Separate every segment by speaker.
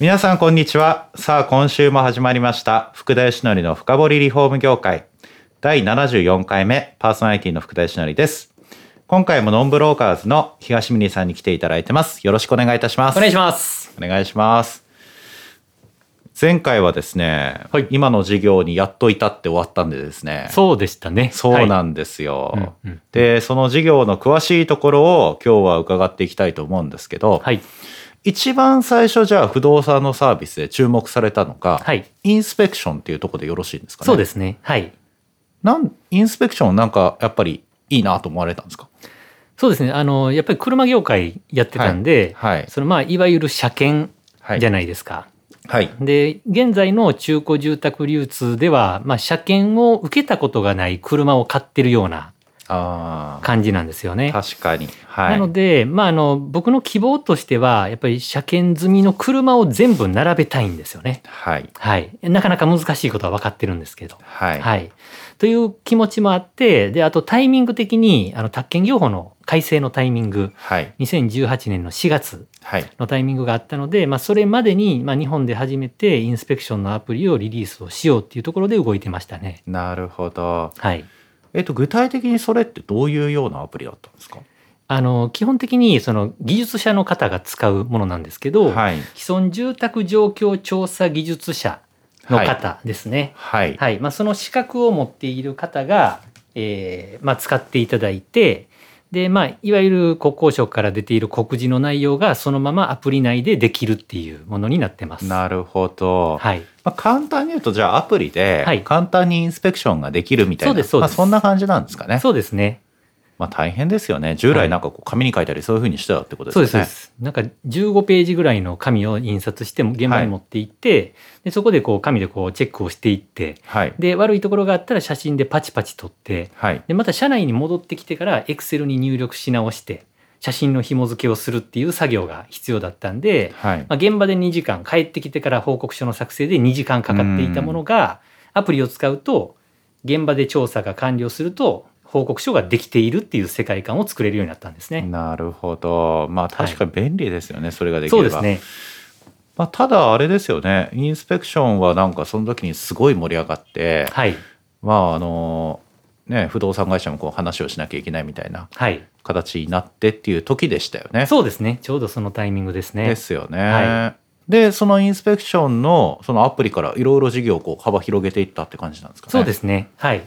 Speaker 1: 皆さんこんにちはさあ今週も始まりました福田義則の深掘りリフォーム業界第74回目パーソナリティの福田義則です今回もノンブローカーズの東峰さんに来ていただいてますよろしくお願いいたします
Speaker 2: お願いします。
Speaker 1: お願いします前回はですね、
Speaker 2: はい
Speaker 1: 今の事業にやっと至って終わったんでですね
Speaker 2: そうでしたね。
Speaker 1: そう
Speaker 2: は
Speaker 1: ないんですよ、
Speaker 2: うんうん
Speaker 1: でその事業の詳しいところを今日は伺っていきたいと思うんですけど、
Speaker 2: はい。
Speaker 1: 一番最初じゃあ不動産のサービスで注目されたのが、
Speaker 2: はい
Speaker 1: インスペクションっていうところでよろしいんですかね
Speaker 2: そうですすね。はい。
Speaker 1: なんインスペクションなんかやっぱりいいなと思われたんですか
Speaker 2: そうですね。あの、やっぱり車業界やってたんで、
Speaker 1: はいはい
Speaker 2: そのまあ、いわゆる車検
Speaker 1: はい
Speaker 2: じゃないですか。
Speaker 1: はい
Speaker 2: で、現在の中古住宅流通では、まあ、車検を受けたことがない車を買ってるような
Speaker 1: ああ
Speaker 2: 感じなんですよね。
Speaker 1: 確かには
Speaker 2: ないので、まあ、あの、僕の希望としては、やっぱり車検済みの車を全部並べたいんですよね。
Speaker 1: はい
Speaker 2: はい。なかなか難しいことは分かってるんですけど。
Speaker 1: はい
Speaker 2: はい。という気持ちもあって、で、あとタイミング的に、あの、宅建業法の改正のタイミング、
Speaker 1: はい
Speaker 2: 2018年の4月
Speaker 1: はい
Speaker 2: のタイミングがあったので、まあ、それまでに、まあ、日本で初めてインスペクションのアプリをリリースをしようっていうところで動いてましたね。
Speaker 1: なるほど
Speaker 2: はい。
Speaker 1: えっと具体的にそれってどういうようなアプリだったんですか
Speaker 2: あの、基本的に、その、技術者の方が使うものなんですけど、
Speaker 1: はい
Speaker 2: 既存住宅状況調査技術者の方ですね。
Speaker 1: はい
Speaker 2: はいまあ、その資格を持っている方が、えーまあ、使っていただいてで、まあ、いわゆる国交省から出ている告示の内容がそのままアプリ内でできるっていうものになってます。
Speaker 1: なるほど
Speaker 2: はい、
Speaker 1: まあ、簡単に言うとじゃあアプリ
Speaker 2: は
Speaker 1: で
Speaker 2: い
Speaker 1: 簡単にインスペクションができるみたいな、
Speaker 2: そうですそうです
Speaker 1: まあ、そんな感じなんですかね。
Speaker 2: そうですね。
Speaker 1: まあ、大変ですよね従来なんかこう紙に書いたりそういうふうにしてたってことです
Speaker 2: そう
Speaker 1: よ
Speaker 2: で
Speaker 1: ね。
Speaker 2: すそうです。なんか15ページぐらいの紙を印刷しても現場に持って行って、でそこでこう紙でこうチェックをしていって
Speaker 1: はい
Speaker 2: で悪いところがあったら写真でパチパチ撮って
Speaker 1: はい
Speaker 2: でまた社内に戻ってきてからエクセルに入力し直して写真の紐付けをするっていう作業が必要だったんで、
Speaker 1: はい
Speaker 2: まあ、現場で2時間帰ってきてから報告書の作成で2時間かかっていたものがアプリを使うと現場で調査が完了すると報告書ができているっていう世界観を作れるようになったんですね。
Speaker 1: なるほどまあ確かに便利ですよね、それができ
Speaker 2: そう
Speaker 1: れ
Speaker 2: で
Speaker 1: ば、
Speaker 2: すね。
Speaker 1: まあ、ただあれですよねインスペクションはなんかその時にすごい盛り上がって、
Speaker 2: はい。
Speaker 1: まああのね不動産会社もこう話をしなきゃいけないみたいな
Speaker 2: はい。
Speaker 1: 形になってっていう時でしたよね。
Speaker 2: そうですね。ちょうどそのタイミングですね。
Speaker 1: ですよね。
Speaker 2: は
Speaker 1: でそのインスペクションのそのアプリからいろいろ事業をこう幅広げていったって感じなんですかね。
Speaker 2: そうですね。はい。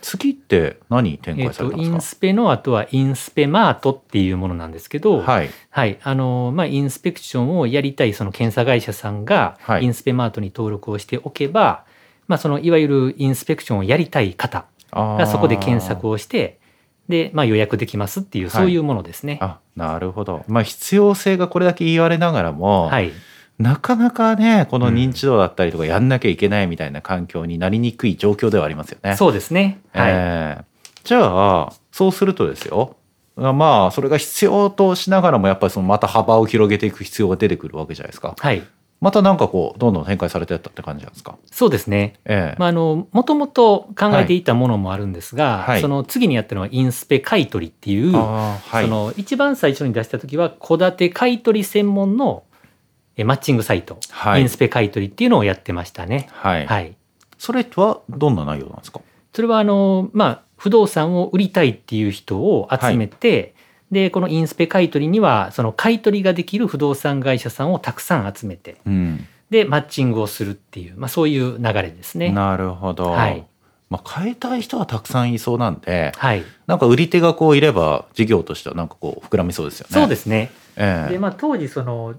Speaker 1: 次って何展
Speaker 2: えっ、
Speaker 1: 開され
Speaker 2: と、
Speaker 1: たん
Speaker 2: イ
Speaker 1: で
Speaker 2: ン
Speaker 1: す
Speaker 2: スペの後はインスペマートっていうものなんですけ
Speaker 1: か。
Speaker 2: ど、
Speaker 1: はい
Speaker 2: はい、あのまあインスペクションをやりたいその検査会社さんが
Speaker 1: はい
Speaker 2: インスペマートに登録をしておけば、まあそのいわゆるインスペクションをやりたい方
Speaker 1: あー
Speaker 2: がそこで検索をしてでまあ予約できますっていう
Speaker 1: はい
Speaker 2: そういうものですね。
Speaker 1: あなるほど、まあ、必要性がこれだけ言われながらも、
Speaker 2: はい、
Speaker 1: なかなかねこの認知度だったりとかやんなきゃいけないみたいな環境になりにくい状況ではありますよね。
Speaker 2: そうですね。はい、
Speaker 1: えーじゃあそうするとですよまあそれが必要としながらもやっぱりそのまた幅を広げていく必要が出てくるわけじゃないですか。
Speaker 2: はい、
Speaker 1: またなんかこうどんどん展開されてったって感じなんですか。
Speaker 2: そうですね。
Speaker 1: ええ
Speaker 2: まああのもともと考えていたものもあるんですが、
Speaker 1: はいはい
Speaker 2: その次にやったのはインスペ買取っていう。
Speaker 1: あーはい
Speaker 2: その一番最初に出した時は戸建て買取専門のえマッチングサイト、
Speaker 1: はい
Speaker 2: インスペ買取っていうのをやってましたね。
Speaker 1: はい
Speaker 2: はい、
Speaker 1: それとはどんな内容なんですか。
Speaker 2: それはあの、まあ、不動産を売りたいっていう人を集めて、でこのインスペ買取にはその買取ができる不動産会社さんをたくさん集めて
Speaker 1: うん、
Speaker 2: でマッチングをするっていう、まあ、そういう流れですね。
Speaker 1: なるほど。
Speaker 2: はい
Speaker 1: まあ、買いたい人はたくさんいそうなんで、
Speaker 2: はい、
Speaker 1: なんか売り手がこういれば事業としてはなんかこう膨らみそうですよね。。
Speaker 2: そうですすね。
Speaker 1: ええ
Speaker 2: でまあ、当時その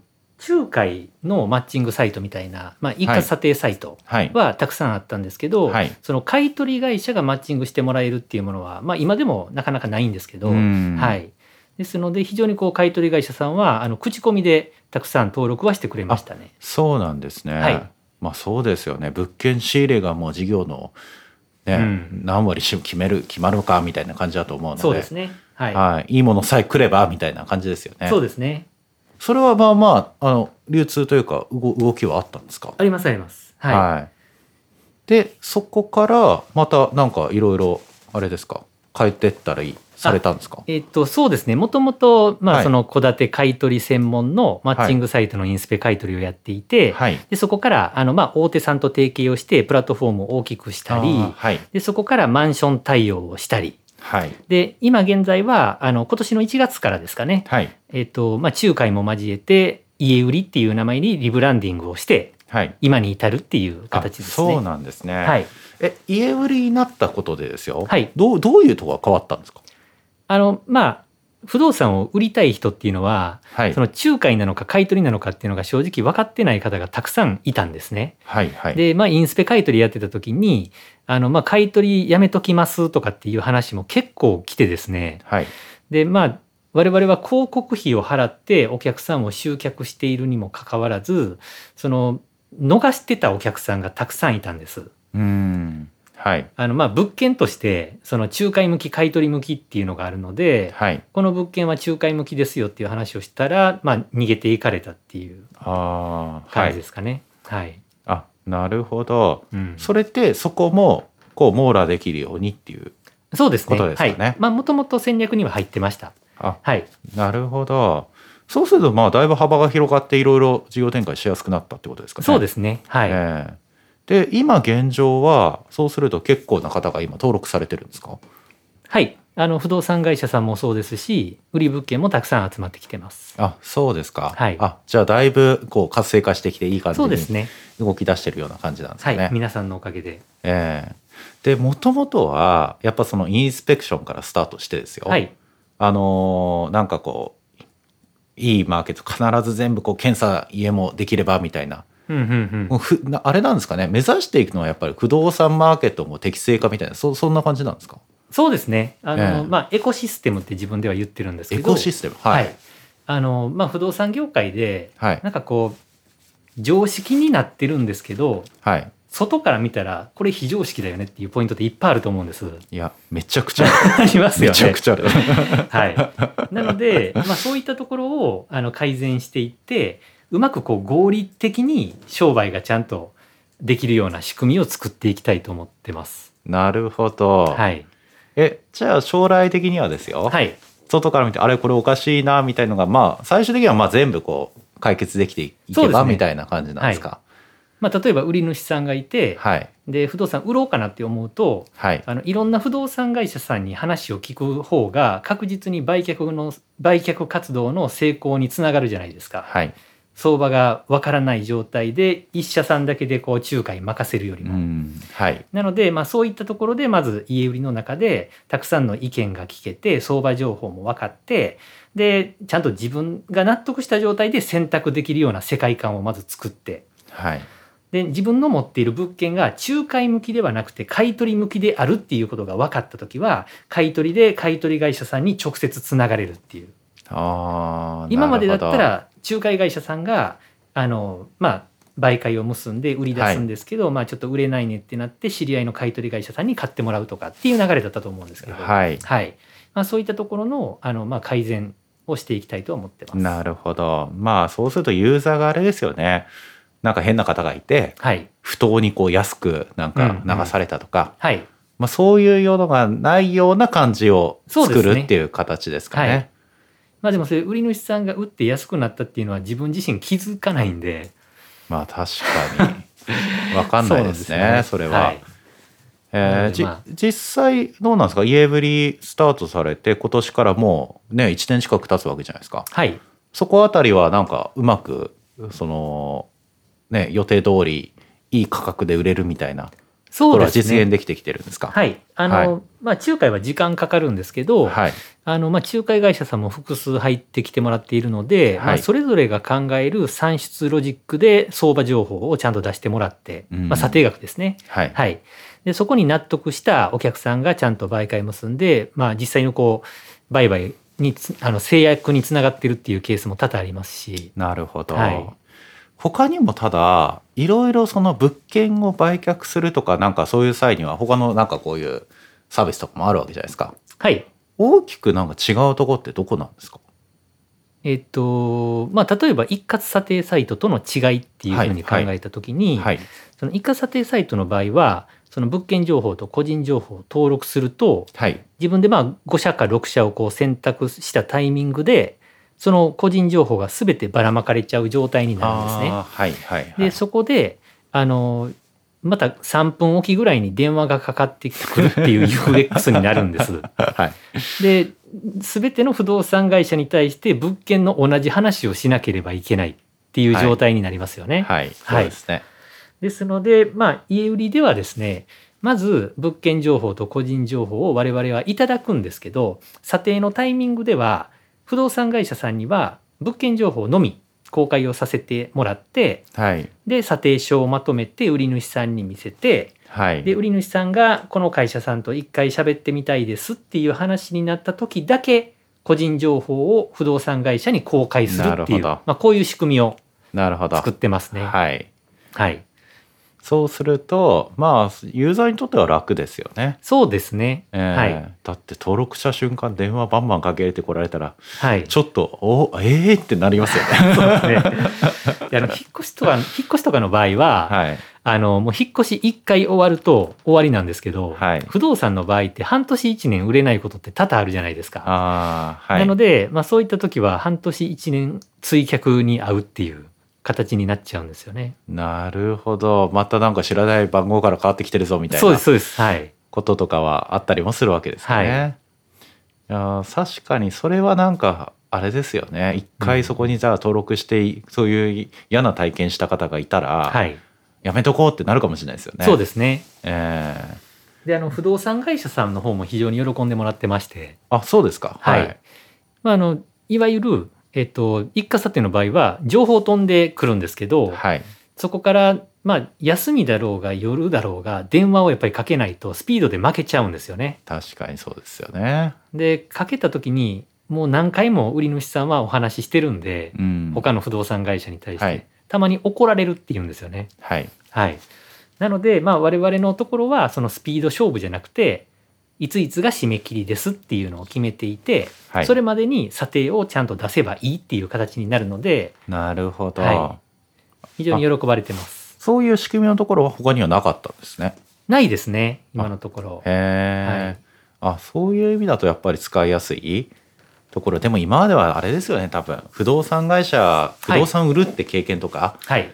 Speaker 2: 仲介のマッチングサイトみたいな、まあ、一
Speaker 1: はい
Speaker 2: 括査定サイト
Speaker 1: はい。
Speaker 2: はたくさんあったんですけど、
Speaker 1: はい
Speaker 2: その買取会社がマッチングしてもらえるっていうものは、まあ、今でもなかなかないんですけど、
Speaker 1: うん
Speaker 2: はい、ですので非常にこう買取会社さんはあの口コミでたくさん登録はしてくれましたね。
Speaker 1: そうなんですね。
Speaker 2: はい
Speaker 1: まあそうですよね物件仕入れがもう事業の、ね
Speaker 2: うん
Speaker 1: 何割し決める決まるかみたいな感じだと思うので
Speaker 2: そうですね。はい。
Speaker 1: はい、いいものさえ来ればみたいな感じですよね
Speaker 2: そうですね。
Speaker 1: それはまあまああの流通というか動動きはあったんですか
Speaker 2: ありますあります。はい。
Speaker 1: いでそこからまたなんかいろいろあれですか変えてったりされたんですか
Speaker 2: えっと、そうですね。もともと、ま
Speaker 1: は
Speaker 2: あ、
Speaker 1: い
Speaker 2: その、戸建て買い取り専門のマッチングサイトのインスペ買い取りをやっていて、
Speaker 1: はい
Speaker 2: で、そこから、あの、まあ、大手さんと提携をして、プラットフォームを大きくした
Speaker 1: あ
Speaker 2: り
Speaker 1: ー、はい
Speaker 2: で、そこからマンション対応をしたり、
Speaker 1: はい
Speaker 2: で、今現在は、あの、今年の1月からですかね、
Speaker 1: はい
Speaker 2: えっと、まあ、仲介も交えて、家売りっていう名前にリブランディングをして、
Speaker 1: はい
Speaker 2: 今に至るっていう
Speaker 1: あ
Speaker 2: 形ですね。
Speaker 1: そうなんですね、
Speaker 2: はい。
Speaker 1: え家売りになったことでですよ、
Speaker 2: はい
Speaker 1: どうどういうとこが変わったんですか
Speaker 2: あの、まあ、不動産を売りたい人っていうのは、
Speaker 1: はい
Speaker 2: その仲介なのか買い取りなのかっていうのが正直分かってない方がたくさんいたんですね。
Speaker 1: はいはい
Speaker 2: で、まあ、インスペ買い取りやってた時に、あの、まあ、買い取りやめときますとかっていう話も結構来てですね。
Speaker 1: はい
Speaker 2: で、まあ、我々は広告費を払ってお客さんを集客しているにもかかわらず、その、逃してたお客さんがたくさんいたんです。
Speaker 1: うーんはい
Speaker 2: あの、まあ、物件として、その仲介向き、買い取り向きっていうのがあるので、
Speaker 1: はい
Speaker 2: この物件は仲介向きですよっていう話をしたら、まあ、逃げていかれたっていう
Speaker 1: あーは
Speaker 2: 感じ
Speaker 1: い
Speaker 2: ですかね。はい。
Speaker 1: あなるほど
Speaker 2: うん、
Speaker 1: それってそこもこう網羅できるようにっていう
Speaker 2: そうですね。
Speaker 1: ことですかね
Speaker 2: はい。まあ、もともと戦略には入ってました。
Speaker 1: あ
Speaker 2: はい。
Speaker 1: なるほどそうするとまあだいぶ幅が広がっていろいろ事業展開しやすくなったってことですかね、
Speaker 2: そうですすね。はい。
Speaker 1: ええで今現状はそうすると結構な方が今登録されてるんですか
Speaker 2: はい。あの、不動産会社さんもそうですし、売り物件もたくさん集まってきてます。
Speaker 1: あそうですか、
Speaker 2: はい
Speaker 1: あじゃあだいぶこう活性化してきていい感じ
Speaker 2: そうです
Speaker 1: に
Speaker 2: ね。
Speaker 1: 動き出してるような感じなんです
Speaker 2: は
Speaker 1: か
Speaker 2: い。
Speaker 1: ね、
Speaker 2: 皆さんのおかげで。
Speaker 1: ええでもともとはやっぱそのインスペクションからスタートしてですよ、
Speaker 2: はい。
Speaker 1: あのーなんかこういいマーケット必ず全部こう検査家もできればみたいな
Speaker 2: うんうんう。
Speaker 1: もうんふなあれなんですかね目指していくのはやっぱり不動産マーケットも適正化みたいなそそんな感じなんですか
Speaker 2: そうですね。あの、
Speaker 1: ええ
Speaker 2: まあ、エコシステムって自分では言ってるんですけ
Speaker 1: エ
Speaker 2: ど。
Speaker 1: コシステムは
Speaker 2: はいい。あの、まあ、不動産業界で、
Speaker 1: はい
Speaker 2: なんかこう、常識になってるんですけど、
Speaker 1: はい
Speaker 2: 外から見たら、これ非常識だよねっていうポイントっていっぱいあると思うんです。
Speaker 1: いや めちゃくちゃある
Speaker 2: ありますよ
Speaker 1: め
Speaker 2: ね。
Speaker 1: ちゃくち ゃある
Speaker 2: はい。なので、まあそういったところをあの改善していって、うまくこう合理的に商売がちゃんとできるような仕組みを作っていきたいと思ってます。
Speaker 1: なるほど、
Speaker 2: はい。
Speaker 1: えじゃあ将来的にはですよ、
Speaker 2: はい。
Speaker 1: 外から見てあれこれおかしいなみたいのがまあ最終的にはまあ全部こう解決できてい
Speaker 2: そう
Speaker 1: け
Speaker 2: です
Speaker 1: ば
Speaker 2: ね
Speaker 1: みたいな感じなんですか
Speaker 2: まあ例えば売り主さんがいて、
Speaker 1: はい
Speaker 2: で、不動産売ろうかなって思うと、
Speaker 1: はい
Speaker 2: あのいろんな不動産会社さんに話を聞く方が確実に売却の売却活動の成功につながるじゃないですか
Speaker 1: はい
Speaker 2: 相場がわからない状態で一社さんだけでこう仲介任せるより
Speaker 1: う
Speaker 2: も、
Speaker 1: んはい
Speaker 2: なので、まあ、そういったところでまず家売りの中でたくさんの意見が聞けて相場情報も分かってでちゃんと自分が納得した状態で選択できるような世界観をまず作って
Speaker 1: はい
Speaker 2: で自分の持っている物件が仲介向きではなくて買い取り向きであるっていうことが分かった時は買い取りで買い取り会社さんに直接つながれるっていう
Speaker 1: あー
Speaker 2: 今までだった
Speaker 1: なる
Speaker 2: ら仲介会社さんがあのまあ媒介を結んで売り出すんですけど、まあちょっと売れないねってなって知り合いの買い取り会社さんに買ってもらうとかっていう流れだったと思うんですけ
Speaker 1: ほ
Speaker 2: ど、
Speaker 1: どはい
Speaker 2: まあ、そういったところのあの、まあ、改善をしていきたいとは思ってます。
Speaker 1: なるほどまあそうするとユーザーがあれですよねなんか変な方がいて
Speaker 2: はい、
Speaker 1: 不当にこう安くなんか
Speaker 2: うんうん
Speaker 1: 流されたとか、
Speaker 2: はい、
Speaker 1: まあ、そういうのがないような感じを
Speaker 2: そうです
Speaker 1: 作
Speaker 2: ね
Speaker 1: るっていう形ですかね。
Speaker 2: はいまあ、でもそれ売り主さんが売って安くなったっていうのは自分自身気づかないんで
Speaker 1: まあ確か にわかんないですね
Speaker 2: そ
Speaker 1: そう
Speaker 2: なんですよ
Speaker 1: れは。
Speaker 2: いな
Speaker 1: え
Speaker 2: の
Speaker 1: ー
Speaker 2: で
Speaker 1: じ
Speaker 2: まあ
Speaker 1: 実際どうなんですか家ぶりスタートされて今年からもうね1年近く経つわけじゃないですか
Speaker 2: はい
Speaker 1: そこあたりはなんかうまくそのね予定通りいい価格で売れるみたいなと
Speaker 2: そ
Speaker 1: こ
Speaker 2: う
Speaker 1: ろ
Speaker 2: で
Speaker 1: は
Speaker 2: す
Speaker 1: 実
Speaker 2: ね
Speaker 1: 現できてきてるんですか
Speaker 2: はいあの、
Speaker 1: は
Speaker 2: まあ、仲介は時間かかるんですけど、
Speaker 1: はい
Speaker 2: あのまあ、仲介会社さんも複数入ってきてもらっているので、
Speaker 1: はい
Speaker 2: まあ、それぞれが考える算出ロジックで相場情報をちゃんと出してもらって、
Speaker 1: うん
Speaker 2: まあ、査定額ですね、
Speaker 1: はい
Speaker 2: はい、でそこに納得したお客さんがちゃんと売買結んで、まあ、実際のこう売買につあの制約につながってるっていうケースも多々ありますし、
Speaker 1: なるほど、
Speaker 2: はい
Speaker 1: 他にもただいろいろその物件を売却するとかなんかそういう際には他のなんかこういうサービスとかもあるわけじゃないですか
Speaker 2: はい。
Speaker 1: 大きくなんか違うとこってどこなんですか
Speaker 2: えっと、まあ、例えば一括査定サイトとの違いっていうふうに考えたときに、
Speaker 1: はい
Speaker 2: その一括査定サイトの場合は、その物件情報と個人情報を登録すると、
Speaker 1: はい
Speaker 2: 自分でまあ5社か6社をこう選択したタイミングで、その個人情報が全てばらまかれちゃう状態になるんですね。
Speaker 1: あーはいはいはい
Speaker 2: で、そこで、あの、また3分おきぐらいに電話がかかってくるっていう UX になるんです。
Speaker 1: はい
Speaker 2: で、すべての不動産会社に対して物件の同じ話をしなければいけないっていう状態になりますよね。
Speaker 1: はいそうですね
Speaker 2: ですので、まあ、家売りではですね、まず物件情報と個人情報を我々はいただくんですけど、査定のタイミングでは、不動産会社さんには物件情報のみ公開をさせてもらって、
Speaker 1: はい
Speaker 2: で、査定書をまとめて売り主さんに見せて、
Speaker 1: はい
Speaker 2: で、売り主さんがこの会社さんと一回喋ってみたいですっていう話になった時だけ、個人情報を不動産会社に公開する
Speaker 1: なる
Speaker 2: ってい
Speaker 1: ほ
Speaker 2: う、
Speaker 1: ど
Speaker 2: まあ、こういう仕組みを
Speaker 1: なるほど
Speaker 2: 作ってますね。
Speaker 1: はい
Speaker 2: はい。
Speaker 1: そうするとまあユーザーにとっては楽ですよね
Speaker 2: そうですね。
Speaker 1: えー
Speaker 2: はい。
Speaker 1: だって登録した瞬間電話バンバンかけてこられたら
Speaker 2: はい。
Speaker 1: ちょっとおええー、ってなりますよね
Speaker 2: そうですね。であの、引っ越しとか、引っ越しとかの場合は、
Speaker 1: はい
Speaker 2: あの、もう引っ越し1回終わると終わりなんですけど、
Speaker 1: はい
Speaker 2: 不動産の場合って半年1年売れないことって多々あるじゃないですか。
Speaker 1: ああはい
Speaker 2: なので、まあそういった時は半年1年追客に会うっていう形になっちゃうんですよね。
Speaker 1: なるほどまたなんか知らない番号から変わってきてるぞみたい
Speaker 2: そうで
Speaker 1: な
Speaker 2: す、そうです。はい。
Speaker 1: こととかはあったりもするわけですね、
Speaker 2: はい
Speaker 1: い、やー確かにそれはなんかあれですよね一回そこにじゃあ登録していそういう嫌な体験した方がいたら、
Speaker 2: はい。
Speaker 1: やめとこうってなるかもしれないですよね
Speaker 2: そうですすね。
Speaker 1: えー
Speaker 2: で、あの、不動産会社さんの方も非常に喜んでもらってまして、
Speaker 1: あそうですか
Speaker 2: はいまああの、いわゆる、えっと、一家査定の場合は、情報飛んでくるんですけど、
Speaker 1: はい
Speaker 2: そこから、まあ、休みだろうが夜だろうが電話をやっぱりかけないとスピードで負けちゃうんですよね。
Speaker 1: 確かにそうですよね
Speaker 2: で、かけた時にもう何回も売り主さんはお話ししてるんで、
Speaker 1: うん
Speaker 2: 他の不動産会社に対して、
Speaker 1: はい
Speaker 2: たまに怒られるっていうんですよね。
Speaker 1: はい
Speaker 2: はい。なので、まあ我々のところはそのスピード勝負じゃなくて、いついつが締め切りですっていうのを決めていて、
Speaker 1: はい
Speaker 2: それまでに査定をちゃんと出せばいいっていう形になるので、
Speaker 1: なるほど、
Speaker 2: は非常に喜ばれてます。
Speaker 1: そういう仕組みのところは他にはなかったんですね
Speaker 2: ないですね、今のところ。
Speaker 1: へえ、あそういう意味だとやっぱり使いやすいところでも今まではあれですよね多分不動産会社不動産売るって経験とか、
Speaker 2: はい。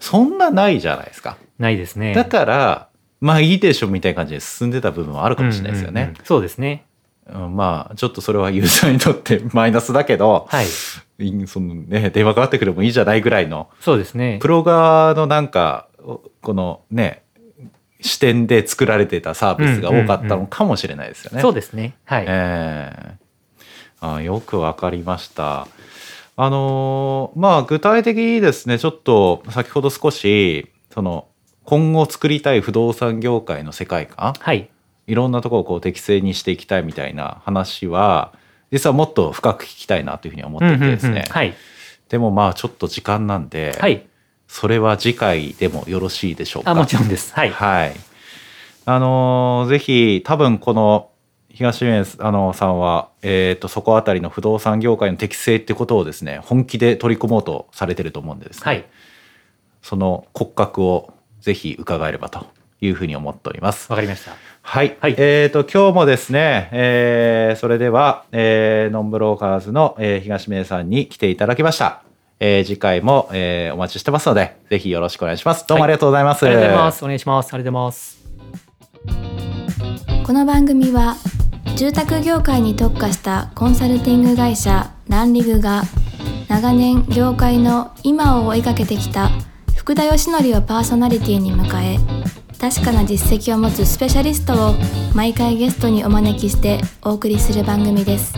Speaker 1: そんなないじゃないですか
Speaker 2: ないですね。
Speaker 1: だからまあいいでしょみたいな感じで進んでた部分はあるかもしれないですよ
Speaker 2: うんうん
Speaker 1: ね
Speaker 2: う、んそうですね。
Speaker 1: うんまあちょっとそれはユーザーにとってマイナスだけど、
Speaker 2: はい。
Speaker 1: いそのね、電話かかってくれもいいじゃないぐらいの
Speaker 2: そうですね
Speaker 1: プ。ロ側のなんかおこのね視点で作られてたサービスが多かったのかもしれないですよね。
Speaker 2: そうですね。はい。
Speaker 1: ええあよくわかりました。あのーまあ具体的にですねちょっと先ほど少しその今後作りたい不動産業界の世界観
Speaker 2: はい。
Speaker 1: いろんなところをこう適正にしていきたいみたいな話は実はもっと深く聞きたいなというふうに思っていてですね、
Speaker 2: うんうんうんはい。
Speaker 1: でもまあちょっと時間なんで、
Speaker 2: はい。
Speaker 1: それは次回でもよろしいでしょうか。
Speaker 2: あ、もちろんです。はい。
Speaker 1: はい。あのーぜひ、多分この東上あのさんは、えっ、と、そこあたりの不動産業界の適正ってことをですね、本気で取り込もうとされてると思うんでですね、
Speaker 2: はい。
Speaker 1: その骨格をぜひ伺えればというふうに思っております。
Speaker 2: わかりました。
Speaker 1: はい。
Speaker 2: はい
Speaker 1: えっ、と、今日もですね、えーそれでは、えーノンブローカーズの、えー東名さんに来ていただきました。えー次回も、えーお待ちしてますので、ぜひよろしくお願いします。どうもありがとうございます。
Speaker 2: ありがとうございます。お願いします。ありがとうございます。
Speaker 3: この番組は住宅業界に特化したコンサルティング会社ランリグが長年業界の今を追いかけてきた福田義則をパーソナリティに迎え確かな実績を持つスペシャリストを毎回ゲストにお招きしてお送りする番組です